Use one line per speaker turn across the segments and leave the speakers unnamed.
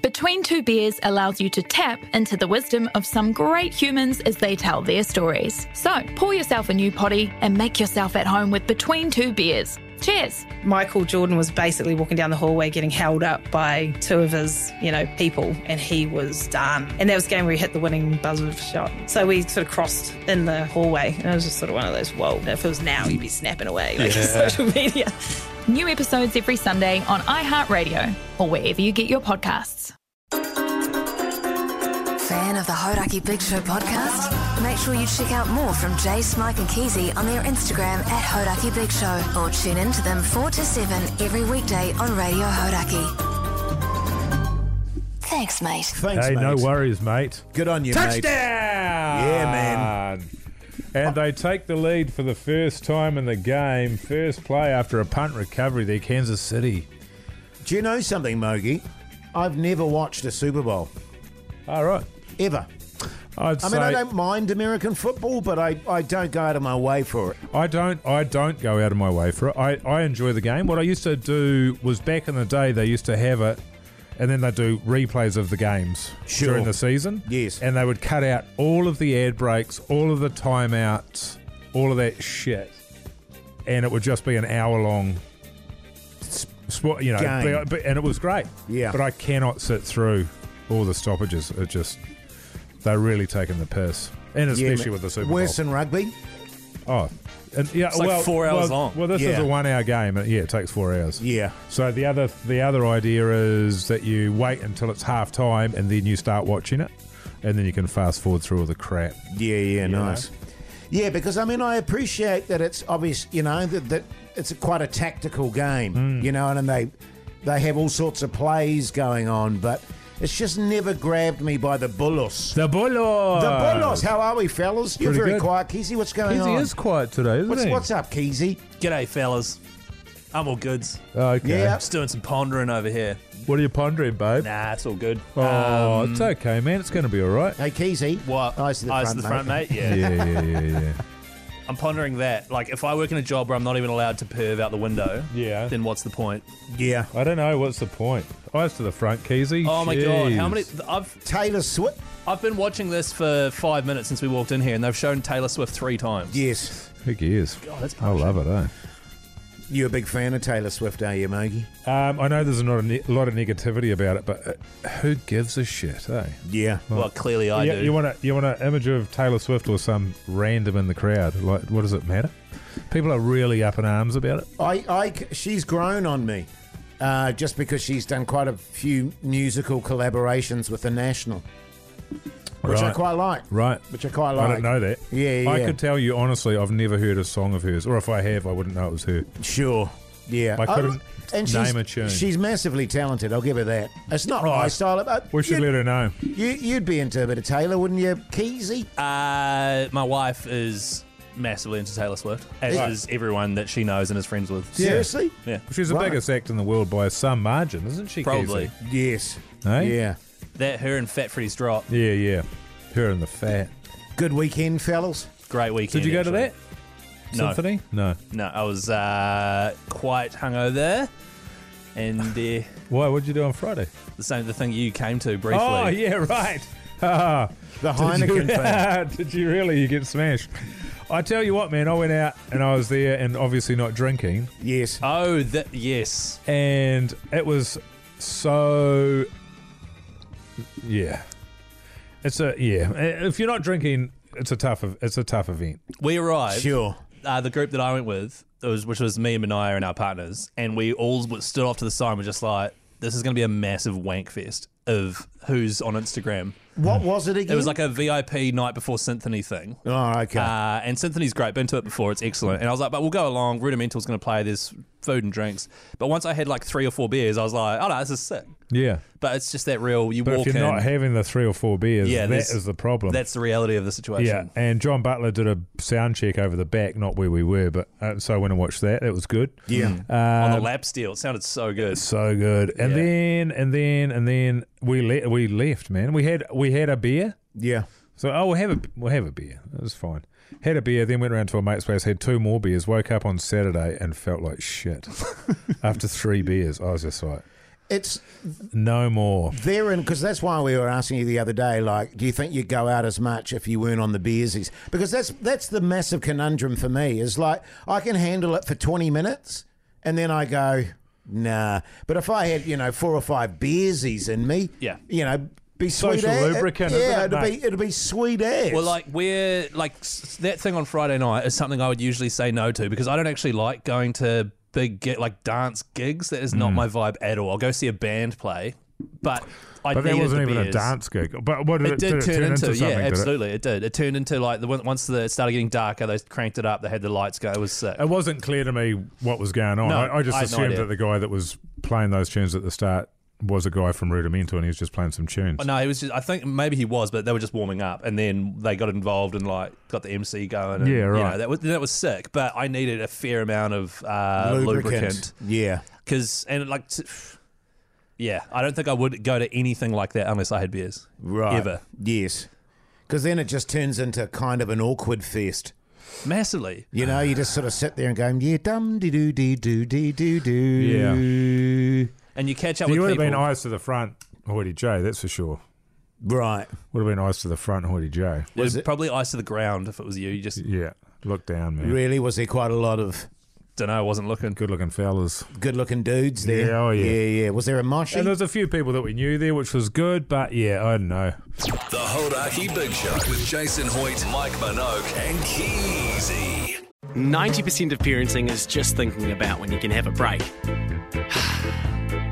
Between Two Beers allows you to tap into the wisdom of some great humans as they tell their stories. So pour yourself a new potty and make yourself at home with Between Two Beers. Cheers.
Michael Jordan was basically walking down the hallway getting held up by two of his, you know, people, and he was done. And that was the game where he hit the winning buzzer shot. So we sort of crossed in the hallway, and it was just sort of one of those, whoa, if it was now, you'd be snapping away like
Yeah.
social media.
New episodes every Sunday on iHeartRadio or wherever you get your podcasts.
Fan of the Hodaki Big Show podcast? Make sure you check out more from Jay, Smike, and Keezy on their Instagram at Hodaki Big Show or tune in to them 4 to 7 every weekday on Radio Hodaki. Thanks, mate.
Thanks,
Hey,
mate.
no worries, mate.
Good on you,
Touchdown!
mate.
Yeah, man. And they take the lead for the first time in the game. First play after a punt recovery there, Kansas City.
Do you know something, Mogi? I've never watched a Super Bowl
All right.
ever.
I'd
I
say
mean, I don't mind American football, but I, I don't go out of my way for it.
I don't I don't go out of my way for it. I, I enjoy the game. What I used to do was back in the day they used to have it and then they'd do replays of the games
Sure.
during the season.
Yes.
And they would cut out all of the ad breaks, all of the timeouts, all of that shit. And it would just be an hour long sport, you know,
Game.
but- but- and it was great.
Yeah.
But I cannot sit through all the stoppages. It just they're really taking the piss. And
Yeah,
especially
man.
with the Super Bowl.
Worse than rugby?
Oh, and yeah,
It's like
well,
four hours
well,
long.
Well, this is
Yeah.
a one-hour game. and Yeah, it takes four hours.
Yeah.
So the other the other idea is that you wait until it's half time and then you start watching it, and then you can fast forward through all the crap.
Yeah, yeah, nice. Yeah, because I mean, I appreciate that it's obvious, you know, that, that it's quite a tactical game,
Hmm.
you know, and, and they they have all sorts of plays going on, but it's just never grabbed me by the bullos.
The Bullos.
The bullos, how are we, fellas? You're
Pretty
very
good.
quiet, Keezy. What's going
Keezy
on?
is quiet today, isn't
what's,
he?
what's up, Keezy?
G'day, fellas. I'm all goods.
Okay.
Yeah.
Just doing some pondering over here.
What are you pondering, babe?
Nah, it's all good.
Oh,
Um,
it's okay, man. It's going to be all right.
Hey, Keezy.
what?
Eyes to the front,
mate. Yeah.
Yeah, yeah, yeah, yeah.
I'm pondering that. Like, if I work in a job where I'm not even allowed to perv out the window,
Yeah.
then what's the point?
Yeah.
I don't know. What's the point? Eyes to the front, Keezy.
Oh my god, how
Jeez.
many? I've
Taylor Swift.
I've been watching this for five minutes since we walked in here, and they've shown Taylor Swift three times.
Yes.
Who cares?
that's
I love it, eh?
You're a big fan of Taylor Swift, are you, Mogi?
Um, I know there's a lot, of ne- lot of negativity about it, but uh, who gives a shit, eh?
Yeah.
Well, clearly I
you,
do.
you want a you want an image of Taylor Swift or some random in the crowd? Like, what does it matter? People are really up in arms about it.
I, I, she's grown on me, uh, just because she's done quite a few musical collaborations with the National, which I
Right.
quite like.
Right.
Which I quite
I
like.
don't know that.
Yeah, yeah,
I
yeah.
could tell you honestly, I've never heard a song of hers, or if I have, I wouldn't know it was her.
Sure. Yeah.
I couldn't
she's-
name a tune.
She's massively talented. I'll give her that. It's not
Right.
my style, but
We should
you'd,
let her know.
you, you'd be into a bit of Taylor, wouldn't you, Keezy?
uh, my wife is massively into Taylor Swift, as
Right.
is everyone that she knows and is friends with.
Yeah.
Seriously?
Yeah,
She's the
Right.
biggest act in the world by some margin, isn't she?
probably
Keezy?
Yes.
Hey?
Yeah.
that. Her and Fat Freddy's drop.
Yeah, yeah. Her and the fat.
Good weekend, fellas.
Great
Did
weekend.
you go to that
actually. No.
symphony? No.
No, I was uh, quite hungover, and uh,
Why? What'd you do on Friday?
the same the thing you came to briefly.
Oh yeah, right. Ah,
The
did,
Heineken thing.
you, did you really? You get smashed. I tell you what, man. I went out and I was there, and obviously not drinking,
Yes.
Oh, that yes.
and it was so. Yeah, it's a yeah. If you're not drinking, it's a tough. ev- It's a tough event.
We arrived.
Sure.
uh, the group that I went with, it was, which was me and Manaya and our partners, and we all w- stood off to the side and were just like, this is going to be a massive wank fest of who's on Instagram.
What was it again?
It was like a VIP night before Symphony thing.
Oh, okay.
Uh, and Symphony's great. Been to it before. It's excellent. And I was like, but we'll go along. Rudimental's going to play. There's food and drinks. But once I had like three or four beers, I was like, oh no, this is sick.
Yeah,
But it's just that real, you
but
walk
if you're
in.
not having the three or four beers,
Yeah,
that
there's-
is the problem.
that's the reality of the
Yeah,
situation.
and John Butler did a sound check over the back, not where we were, but uh, so I went and watched that. That was good.
yeah.
Mm.
Uh,
On the lap steel. It sounded so good.
So good. And
Yeah.
then and then and then we le- we left, man. We had we had a beer.
yeah.
So oh, we'll have a we'll have a beer. It was fine. Had a beer, then went around to a mate's place, had two more beers, woke up on Saturday and felt like shit. After three beers, I was just like,
it's
No more.
therein because that's why we were asking you the other day. Like, do you think you'd go out as much if you weren't on the beersies? Because that's that's the massive conundrum for me. Is like I can handle it for twenty minutes, and then I go nah. But if I had you know four or five beersies in me,
Yeah.
you know, be
Social
sweet as-
lubricant, isn't
yeah,
it,
it'd
mate?
be it'd be sweet ass.
Well, like we're like s- that thing on Friday night is something I would usually say no to because I don't actually like going to big gi- like dance gigs. That is not
Mm.
my vibe at all. I'll go see a band play, but I
But that
needed
wasn't
the
even a
beers.
dance gig. But what did it,
It did
did it
turn, into, yeah,
something? did it?
absolutely, it? did. It turned into like the on- once the, it started getting darker, they cranked it up. They had the lights go. It was sick.
It wasn't clear to me what was going on.
No,
I, I just
I had no
assumed
idea.
that the guy that was playing those tunes at the start was a guy from Rudimental and he was just playing some tunes.
But no, he was. Just, I think maybe he was, but they were just warming up, and then they got involved and like got the MC going. And,
Yeah,
You
right.
know, that was that was sick, but I needed a fair amount of uh, lubricant.
yeah.
Because and like, t- yeah, I don't think I would go to anything like that unless I had beers.
Right.
Ever.
Yes. Because then it just turns into kind of an awkward fest.
Massively.
You know, you just sort of sit there and go, yeah, dum dee doo dee doo dee doo doo. Yeah.
And you catch up
So you would
with
have
people.
been eyes to the front, Hoity J, that's for sure.
Right.
Would have been eyes to the front, Hoity J.
It was
it-
probably ice to the ground if it was you. You just
Yeah. Look down, man.
Really? Was there quite a lot of
don't know. I wasn't looking.
Good looking fellas.
good looking dudes there?
Yeah, oh, yeah.
Yeah, yeah. Was there a mosh?
And there's a few people that we knew there, which was good, but yeah, I don't know.
The Hodaki Big Show with Jason Hoyt, Mike Minogue, and Keezy.
90% of parenting is just thinking about when you can have a break.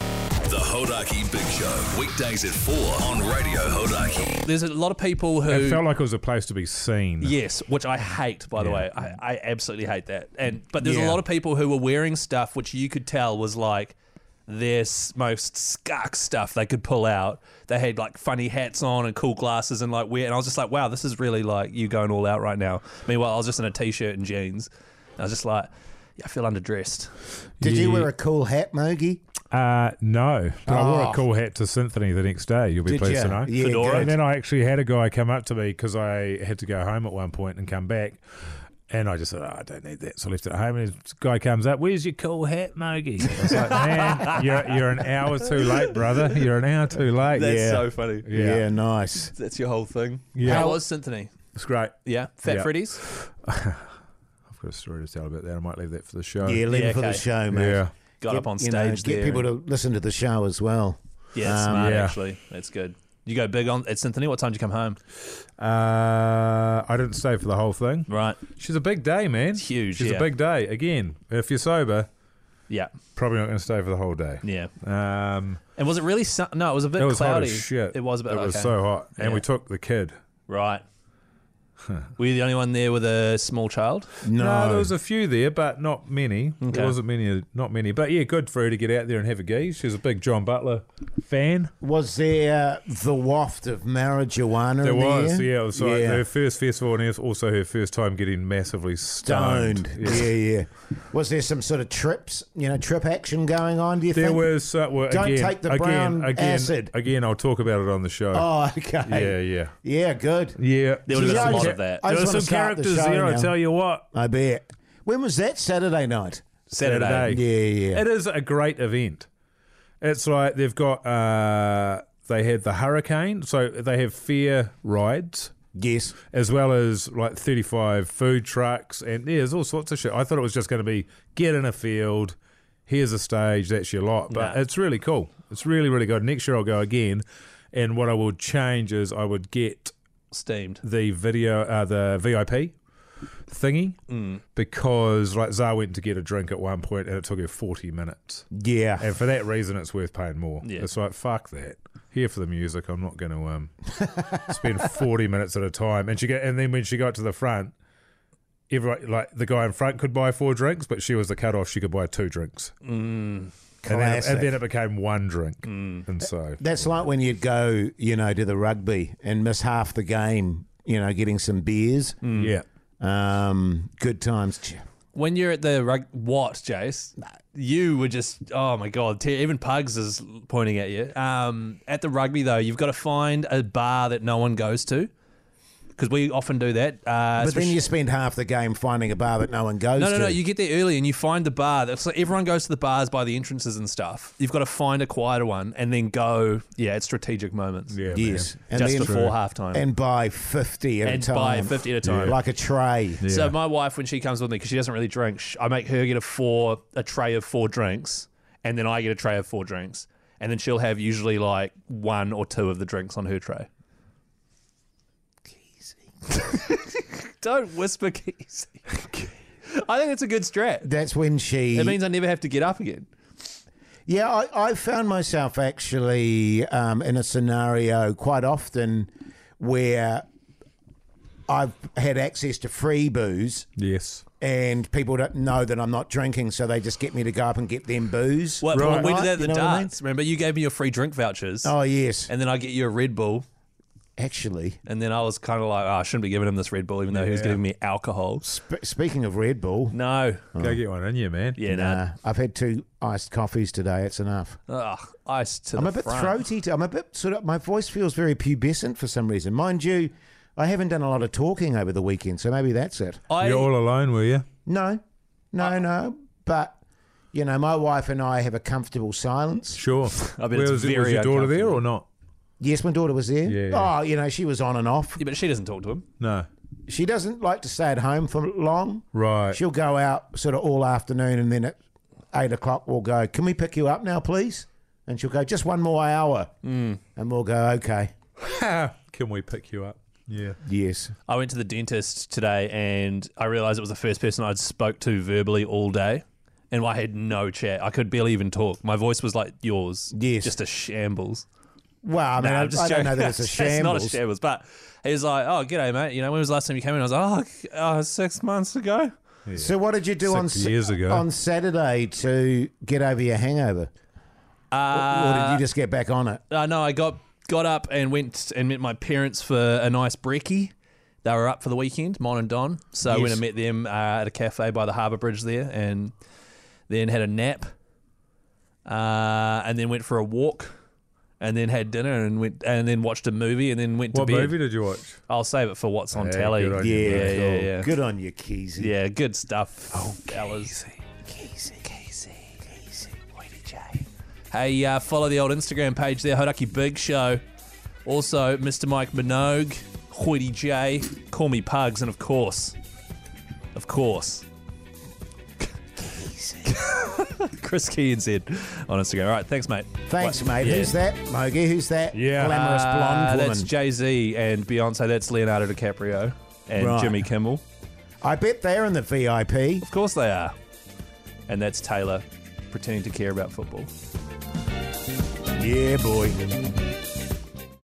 The Hodaki Big Show, weekdays at 4 on Radio Hodaki.
There's a lot of people who
It felt like it was a place to be seen.
Yes, which I hate, by the
Yeah.
way. I, I absolutely hate that. And but there's
Yeah.
a lot of people who were wearing stuff which you could tell was like their s- most scuck stuff they could pull out. They had like funny hats on and cool glasses and like weird. And I was just like, wow, this is really like you going all out right now. Meanwhile, I was just in a t-shirt and jeans. And I was just like, yeah, I feel underdressed.
Did you
Yeah.
wear a cool hat, Mogi?
Uh, no. But I wore
Oh.
a cool hat to Symphony the next day. You'll be
Did
pleased
ya?
to know.
Yeah,
Fedora?
good.
And then I actually had a guy come up to me because I had to go home at one point and come back. And I just said, oh, I don't need that. So I left it at home. And this guy comes up, Where's your cool hat, Mogi? I was like, Man, you're, you're an hour too late, brother. You're an hour too late. yeah.
funny.
yeah.
yeah.
nice.
That's your whole thing.
Yeah.
How was Symphony?
It's great.
Yeah, Fat
Yeah.
Freddy's.
I've got a story to tell about that. I might leave that for the show.
Yeah, leave
Yeah,
it for the
okay.
show, mate.
Uh, Yeah.
Got
Get-
up on
you
stage
know,
there.
Get people to listen to the show as well.
yeah, it's smart
um, yeah.
actually. That's good. You go big on at Symphony. What time did you come home?
Uh, I didn't stay for the whole thing.
Right.
She's a big day, man.
It's huge,
She's
yeah.
a big day. Again, if you're sober,
Yeah.
probably not going to stay for the whole day.
Yeah.
Um,
And was it really sun? No, it was a bit
it was
cloudy.
hot as shit.
It was a bit.
It was
okay.
so hot, and
Yeah.
we took the kid.
Right. Were you the only one there with a small child?
No,
there was a few there, but not many.
Okay.
There wasn't many, not many. But yeah, good for her to get out there and have a geese. She's a big John Butler fan.
was there the waft of marijuana?
There
in
was,
air?
yeah, it was like
Yeah.
her first festival, and it was also her first time getting massively stoned.
stoned. Yeah, yeah. Was there some sort of trips, you know, trip action going on? Do you
There
think?
was uh, well,
Don't
again,
take the
again,
brown
again,
acid.
again. I'll talk about it on the show.
Oh, okay.
yeah, yeah,
Yeah, good.
yeah.
There would've
Gee,
been
I
a lot
just-
of that.
I just
There were
wanna
some
start the
characters
show
there. I
now.
tell you what,
I bet. When was that? Saturday night.
Saturday.
Yeah, yeah.
It is a great event. It's like they've got uh they had the hurricane, so they have fair rides
yes.
as well as like 35 food trucks and yeah, there's all sorts of shit. I thought it was just going to be get in a field, here's a stage, that's your lot. But
Nah.
it's really cool. It's really really good. Next year I'll go again, and what I would change is I would get
Steamed.
the video, uh, the VIP thingy,
Mm.
because like Zara went to get a drink at one point and it took her forty minutes,
Yeah.
and for that reason, it's worth paying more.
Yeah.
It's like fuck that. Here for the music, I'm not going to um spend forty minutes at a time. And she get, and then when she got to the front, everyone like the guy in front could buy four drinks, but she was the cutoff. She could buy two drinks. And then, it,
Mm. Classic. Mm.
and then it became one drink. And so
That's like when you'd go, you know, to the rugby and miss half the game, you know, getting some beers.
yeah.
Um, good times. Ch-
When you're at the rug, what, Jace? You were just oh my god! Te- Even Pugs is pointing at you. Um, at the rugby though, you've got to find a bar that no one goes to, because we often do that. Uh,
But then
especially-
you spend half the game finding a bar that no one goes
no, no,
to.
no. You get there early and you find the bar. That's like everyone goes to the bars by the entrances and stuff. You've got to find a quieter one and then go. Yeah, at strategic moments.
Yeah.
yes.
man.
And
just
then-
before halftime.
And buy 50 at
And
a time.
buy 50 at a time.
Like a tray.
So my wife, when she comes with me, because she doesn't really drink, sh I make her get a four, a tray of four drinks, and then I get a tray of four drinks, and then she'll have usually like one or two of the drinks on her tray. Keezy, don't whisper Keezy. I think it's a good strat.
That's when she.
It means I never have to get up again.
Yeah, I, I found myself actually um, in a scenario quite often where I've had access to free booze
Yes.
and people don't know that I'm not drinking, so they just get me to go up and get them booze.
Well,
Right.
we did that at the
You know what I mean?
darts. Remember, you gave me your free drink vouchers,
Oh yes,
and then I get you a Red Bull,
actually.
and then I was kind of like, oh, I shouldn't be giving him this Red Bull, even though he was giving me alcohol.
Sp- speaking of Red Bull,
No,
Go get one in you, man.
yeah, no.
uh, I've had two iced coffees today. It's enough.
Ugh, ice to
I'm
the
a bit
front.
throaty. To, I'm a bit sort of. My voice feels very pubescent for some reason, mind you. I haven't done a lot of talking over the weekend, so maybe that's it.
I,
You're all alone, were you?
No, no,
Uh,
no. But you know, my wife and I have a comfortable silence.
Sure.
I bet
Where
it's
was, it- was
very
your daughter there or not?
Yes, my daughter was there.
Yeah.
Oh, you know, she was on and off.
yeah, but she doesn't talk to him.
No.
She doesn't like to stay at home for long.
Right.
She'll go out sort of all afternoon, and then at eight o'clock we'll go. Can we pick you up now, please? And she'll go just one more hour,
Hmm.
and we'll go okay.
Can we pick you up? Yeah.
Yes.
I went to the dentist today and I realized it was the first person I'd spoke to verbally all day. And I had no chat. I could barely even talk. My voice was like yours.
Yes.
Just a shambles.
Well, I mean,
Nah,
I,
I'm just
I don't
joking.
know that it's a shambles.
it's not a shambles. But he was like, oh, g'day, mate. You know, when was the last time you came in? I was like, oh, uh, six months ago.
So, what did you do
Six
on s-
years ago.
on Saturday to get over your hangover, or did
Uh,
you just get back on it?
Uh, no, I got got up and went and met my parents for a nice brekkie. They were up for the weekend, Mon and Don. So I went
Yes.
and met them uh, at a cafe by the harbour bridge there, and then had a nap, uh, and then went for a walk, and then had dinner, and went and then watched a movie, and then went
What
to bed.
movie did you watch?
I'll save it for what's on
Hey,
telly.
good on you,
yeah,
mate.
yeah, yeah.
Good on you, Keezy.
Yeah, good stuff. Oh, fellas. Hey, uh, follow the old Instagram page there, Hodaki Big Show. Also, Mr. Mike Minogue, Hoity J, Call Me Pugs, and of course, of course, Chris Key and Zed on Instagram. All right, thanks, mate.
Thanks, mate.
Yeah.
Who's that, Mogi? Who's that?
Yeah.
glamorous
Uh,
blonde woman.
that's Jay Z and Beyonce. That's Leonardo DiCaprio and
Right.
Jimmy Kimmel.
I bet they're in the VIP.
Of course they are. And that's Taylor pretending to care about football.
Yeah, boy.